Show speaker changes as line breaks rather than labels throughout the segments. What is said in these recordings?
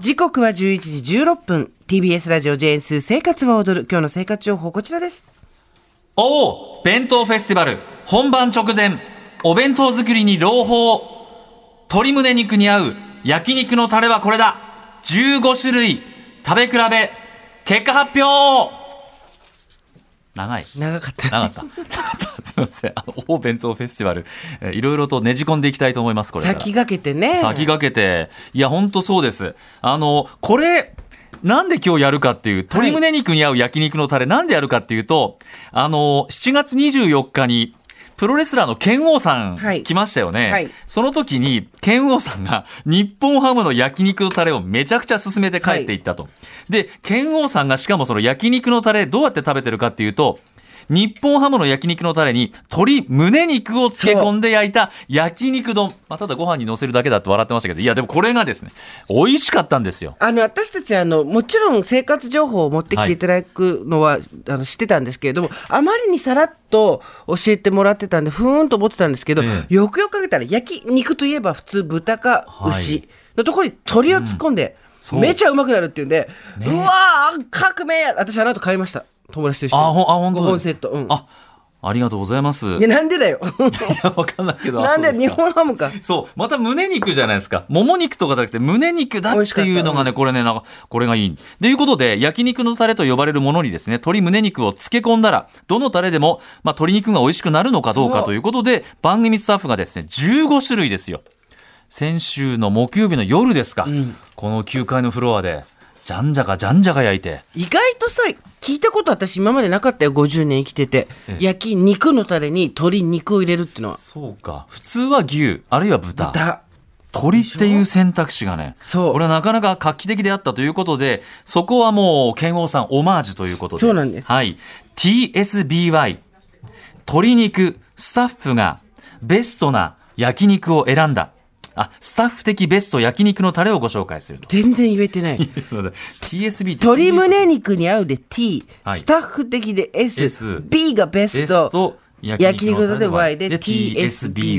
時刻は11時16分 TBS ラジオ JS 生活は踊る今日の生活情報こちらです
おお弁当フェスティバル本番直前お弁当作りに朗報鶏胸肉に合う焼肉のタレはこれだ15種類食べ比べ結果発表長い
長かった
なかった。 すみません。あの、お弁当フェスティバル、えーいろいろとねじ込んでいきたいと思います、これから。
先駆けてね
先駆けて。いや、ほんとそうです。あの、これ、なんで今日やるかっていう、鶏胸肉に合う焼肉のタレ、なんでやるかっていうと、あの、7月24日に、プロレスラーの剣王さん
はい
来ましたよね、
はい
その時に剣王さんが日本ハムの焼肉のタレをめちゃくちゃ勧めて帰っていったと、で剣王さんがしかもその焼肉のタレどうやって食べてるかっていうと日本ハムの焼肉のタレに鶏胸肉を漬け込んで焼いた焼肉丼、まあ、ただご飯に乗せるだけだって笑ってましたけどいやでもこれがですね美味しかったんですよ
あの私たちあのもちろん生活情報を持ってきていただくのは、あの知ってたんですけれどもあまりにさらっと教えてもらってたんでふーんと思ってたんですけど、
え
よくよくかけたら焼き肉といえば普通豚か
は
牛のところに鶏を突っ込んで、
そう
めちゃうまくなるっていうんで、うわー革命や私あの後買いました友達と一緒に
あほんあ本当
5本セット、うん、
あありがとうございます
いやなんでだよ
わかんないけど
なんで
そうす
日
か
本ハムか
そう。また胸肉じゃないですか。もも肉とかじゃなくて、胸肉だっていうのがね、これね、なんか、これがいい。ということで、焼肉のタレと呼ばれるものにですね、鶏胸肉を漬け込んだら、どのタレでも、まあ、鶏肉が美味しくなるのかどう
そ
か
う
ということで、番組スタッフがですね、15種類ですよ。先週の木曜日の夜ですか。この9階のフロアで、じゃんじゃかじゃんじゃか焼いて。
意外とさ聞いたこと私今までなかったよ50年生きてて
ええ
焼き肉のタレに鶏肉を入れるっていうのは
そうか。普通は牛、あるいは豚。
だ
鳥っていう選択肢がね、
そう
これはなかなか画期的であったということで、そこはもう、剣王さんオマージュということで。
そうなんです
はい。TSBY、鶏肉、スタッフがベストな焼肉を選んだ。あ、スタッフ的ベスト焼肉のタレをご紹介すると。
全然言えてない
すみません。TSB って
鶏胸肉に合うで T、
はい
スタッフ的で S,
S
B がベス
ベ
ト
スト
焼肉のタレ Y で
で
TSBY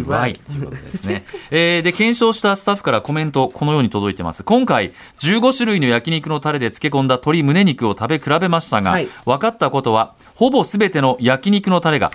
TSBY ということですね、 えーで検証したスタッフからコメントこのように届いてます今回15種類の焼肉のタレで漬け込んだ鶏胸肉を食べ比べましたが、
はい
分かったことはほぼ全ての焼肉のタレが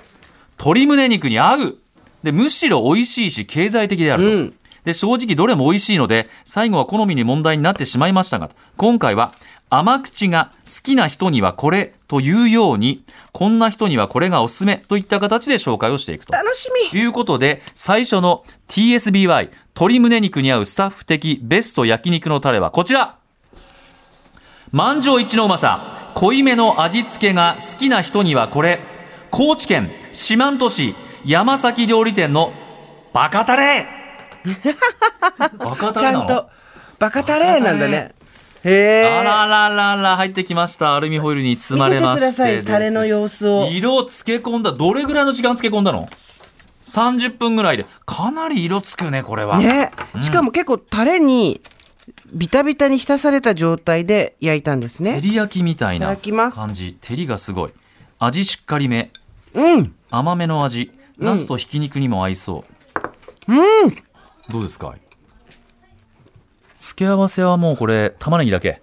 鶏胸肉に合うでむしろ美味しいし経済的であると、
うん
で正直どれも美味しいので最後は好みに問題になってしまいましたが今回は甘口が好きな人にはこれというようにこんな人にはこれがおすすめといった形で紹介をしていくと
楽しみ
いうことで最初の TSBY 鶏胸肉に合うスタッフ的ベスト焼肉のタレはこちら満場一致のうまさ濃いめの味付けが好きな人にはこれ高知県四万十市山崎料理店のバカ タレバカタ
ち
レ
ゃ
なの
んとバカタレーなんだねへ
あ
え
らららら入ってきましたアルミホイルに包
見
ま
せて
れま
くだ
して
さいタレの様子を
色を漬け込んだどれぐらいの時間漬け込んだの30分ぐらいでかなり色つくねこれは、
ねしかも結構タレにビタビタに浸された状態で焼いたんです
照
ね
り焼きみたい
いた
な
だきます
感じ照りがすごい味しっかりめ
うん
甘めの味ナスとひき肉にも合いそううんどうですか付け合わせはもうこれ玉ねぎだけ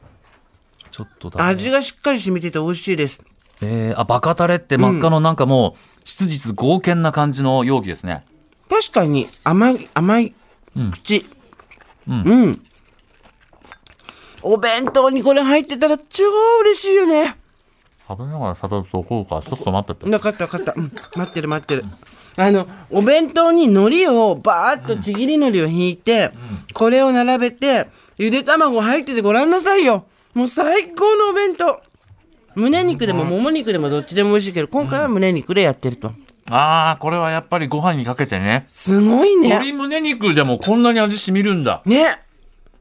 ちょっとだけ
味がしっかり染みてて美味しいです
えー、あバカタレって真っ赤のなんかもう質実剛健な感じの容器ですね、
確かに甘い甘い口うん、お弁当にこれ入ってたら超嬉しいよね
食べながら食べるとこうかちょっと待ってて
なかったわかった、うん、待ってる待ってるあのお弁当に海苔をバーッとちぎり海苔を引いて、これを並べてゆで卵入っててごらんなさいよもう最高のお弁当胸肉でももも肉でもどっちでも美味しいけど今回は胸肉でやってると
ああこれはやっぱりご飯にかけてね
すごいね
鶏胸肉でもこんなに味しみるんだ
ね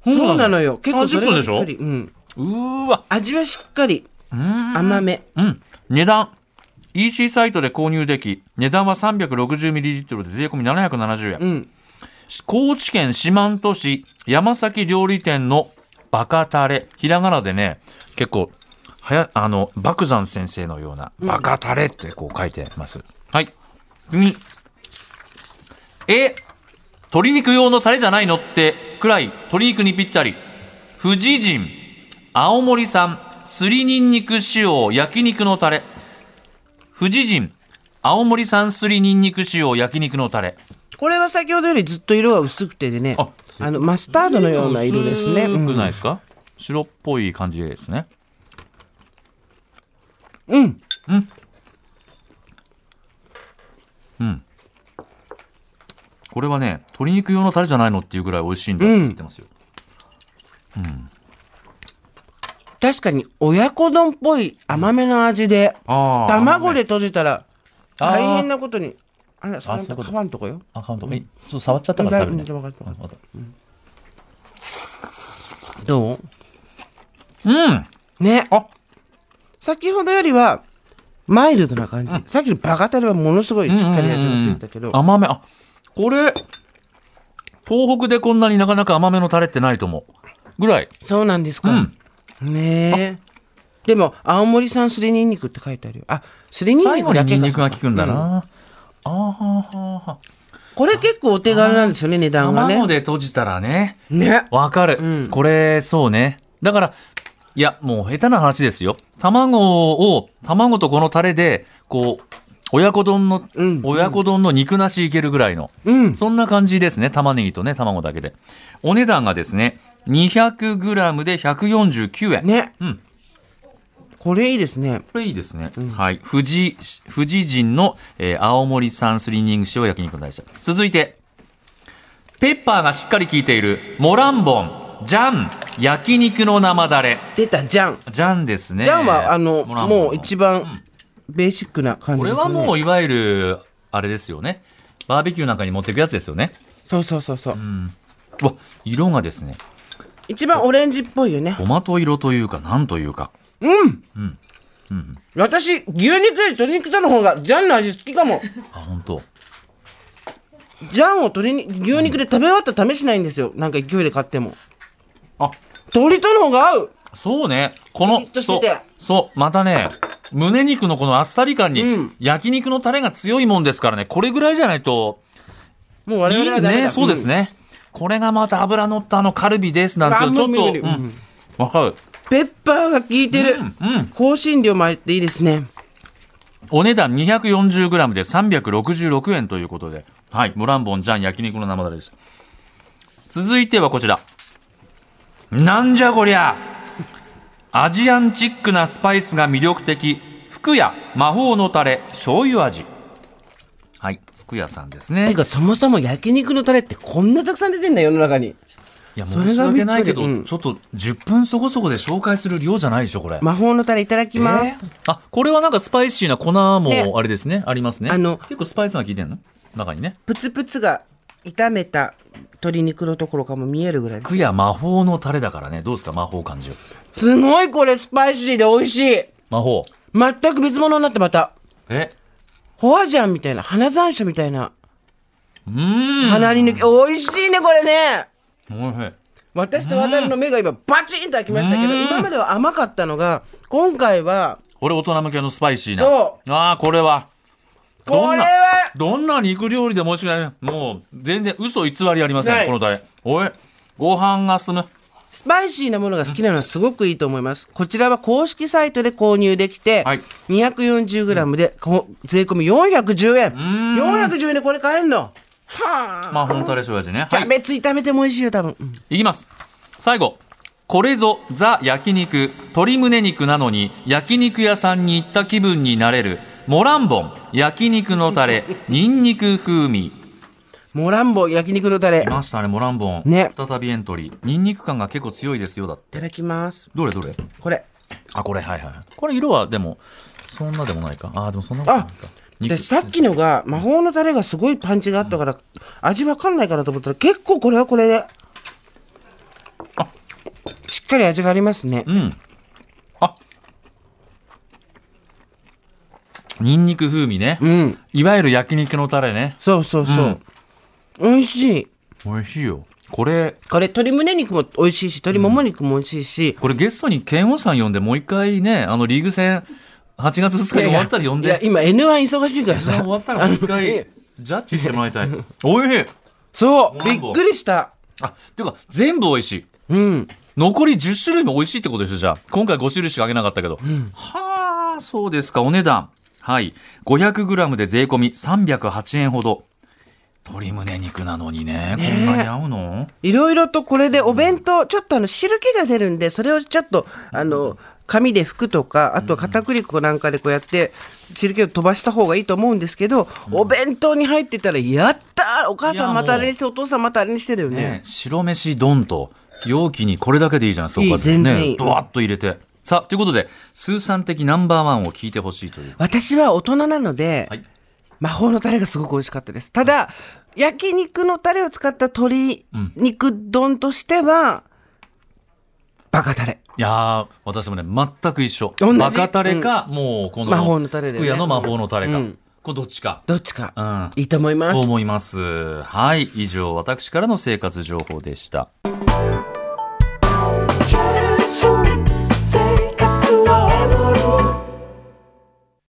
うなの
そうなのよ結構それがびっ
30分
く
で
りうん
うーわ
味はしっかり甘め
うん値段 EC サイトで購入でき値段は 360ml で税込み770円、
ん
高知県四万十市山崎料理店のバカタレひらがなでね結構はやあの漠山先生のようなバカタレってこう書いてます、はい次え鶏肉用のタレじゃないのってくらい鶏肉にぴったり富士人青森産すりにんにく塩焼肉のタレ富士人青森産すりにんにく塩焼肉のタレ
これは先ほどよりずっと色が薄くてでね
あ
あのマスタードのような色ですね、
薄
う
く
ん
ないですか、白っぽい感じですね
うん
これはね鶏肉用のタレじゃないのっていうぐらい美味しいんだって言ってますよ、
確かに親子丼っぽい甘めの味で、
あー
卵で閉じたら
あー
大変なことにあらそれ
そういう
と
こと
皮のとこよ
あ、カウント。え、ちょっと触っちゃったから食べるね。
うん大丈夫大丈夫
うんわかった
ど
うん
うね
あ
先ほどよりはマイルドな感じ、さっきのバカタレはものすごいしっかり味がついたけど、
甘めあこれ東北でこんなになかなか甘めのタレってないと思うぐらい
そうなんですか、
うん
ねえでも青森産すりにんにくって書いてあるよあすりにんに
最後
く
に
だけ
ニンニ
か
クが効くんだな、あーはーはーは
これ結構お手軽なんですよね値
ー
段はね
卵で閉じたらね
ね
わかる、
うん
これそうねだからいやもう下手な話ですよ卵を卵とこのタレでこう親子丼の、
うん
親子丼の肉なしいけるぐらいの、
うん
そんな感じですね玉ねぎとね卵だけでお値段がですね 200g で149円、
ね
うん
これいいですね
これいいですね。はい。富士、富士人の、えー青森産スリニング塩焼肉の大社。続いて、ペッパーがしっかり効いている、モランボン、ジャン、焼肉の生だれ。
出たじゃん
ジャンですね。
じゃんはあの
モランボン
もう一番ベーシックな感じ
こ
で
れ
すね
はもう、いわゆる、あれですよね。バーベキューなんかに持っていくやつですよね。
そうそうそうそう
うわ、色がですね、
一番オレンジっぽいよね
トマト色というか、なんというか。
私牛肉より鶏肉との方がジャンの味好きか も
あ、本当。
ジャンを鶏に牛肉で食べ終わったら試しないんですよなんか勢いで買っても
あ、
鶏との方が合う
そうね。この、
ピリッとしてて
そうそう、またね、胸肉のこのあっさり感に、
うん
焼肉のタレが強いもんですからね、これぐらいじゃないと、
もう我
い
々
い
はダメだ
ね。そうですね。これがまた油乗ったあのカルビですなんて
あ
ちょっ
もう
と、
見える
う
うん
んわかる。
ペッパーが効いてる、
うん。
香辛料もあっていいですね
お値段 240g で366円ということで、はい、モランボンジャン焼肉の生だれでした。続いてはこちら。なんじゃこりゃアジアンチックなスパイスが魅力的。福屋魔法のタレ醤油味。はい、福屋さんですね
て。かそもそも焼肉のタレってこんなたくさん出てんだよ世の中に
いや、
それが
申し訳ないけど、
びっくりうん
ちょっと10分そこそこで紹介する量じゃないでしょ、これ。
魔法のタレいただきます、
えーあ、これはなんかスパイシーな粉
ね
もあれですね、ありますね。
あの
結構スパイスが効いてんの中にね。
プツプツが炒めた鶏肉のところかも見えるぐらいです
クや魔法のタレだからねどうですか魔法感じ
すごいこれスパイシーで美味しい
魔法
全く別物になってまた
え
ホワジャンみたいな花山椒みたいな
うーん
鼻に抜け、美味しいねこれね
おいしい
私と渡るの目が今バチンと開きましたけど今までは甘かったのが今回は
これ大人向けのスパイシーな
そ
ああこれは
これは
どんなどんな肉料理でも美味しくないもう全然嘘偽りありませ
なんい
このタレおいご飯が進む
スパイシーなものが好きなのはすごくいいと思います。こちらは公式サイトで購入できて、
はい
240g でこ税込み410円。410円でこれ買えんのはあ、
魔法のタレ醤油味ね
キ
はい
ャベツ炒めても美味しいよ、多分。うん
いきます。最後。これぞザ焼肉、鶏胸肉なのに焼肉屋さんに行った気分になれる、モランボン、焼肉のタレ、ニンニク風味。
モランボ焼肉のタレ。い
いましたね、モランボン。
ね
再びエントリー。ニンニク感が結構強いですよ、だっ
た
て。
だきます。
どれどれ
これ。
あ、これ、はいはいはい。これ色はでも、そんなでもないか。あー、でもそんなことな
あ
いか。肉
でさっきのが魔法のタレがすごいパンチがあったから、味わかんないかなと思ったら結構これはこれで
あ
しっかり味がありますね
うん。あニンニク風味ね。
うん
いわゆる焼肉のタレね。
そうそうそう、美味しい
美味しいよ。これ、
これ鶏胸肉も美味しいし鶏もも肉も美味しいし、
これゲストに剣王さん呼んでもう一回ねあのリーグ戦8月2日に終わったら呼ん
いや
で
今 N1 忙しいからさ
終わったらもう一回ジャッジしてもらいたいおいしい
そう
モラ
び
ン
っ
ボ
くりした
あていうか全部おいしい
うん
残り10種類も美味しいってことですよじゃあ今回5種類しかあげなかったけど、はあそうですかお値段はい 500g で税込み308円ほど鶏胸肉なのにねこんなに合うの
いろいろとこれでお弁当、ちょっとあの汁気が出るんで、それをちょっと、あの、紙で拭くとか、あと片栗粉なんかでこうやって、汁気を飛ばした方がいいと思うんですけど、お弁当に入ってたら、やったーお母
い
さ
や
んまたあれにして、お父さんまたあれにしてだよね。
ね、白飯ドンと容器にこれだけでいいじゃないですか
いい
おかずね
全然いい
ドワッと入れてさあということでスーさん的ナンバーワンを聞いてほしいという
私は大人なので、
はい
魔法のタレがすごく美味しかったです。ただ、焼肉のタレを使った鶏肉丼としては、バカタレ。
いやー私もね全く一緒
同じ
バカタレか、もうこの
魔法のタレでね
福屋の魔法のタレか、
うん
これどっちか
どっちか、
うん
いいと思います
と。思いますはい以上私からの生活情報でした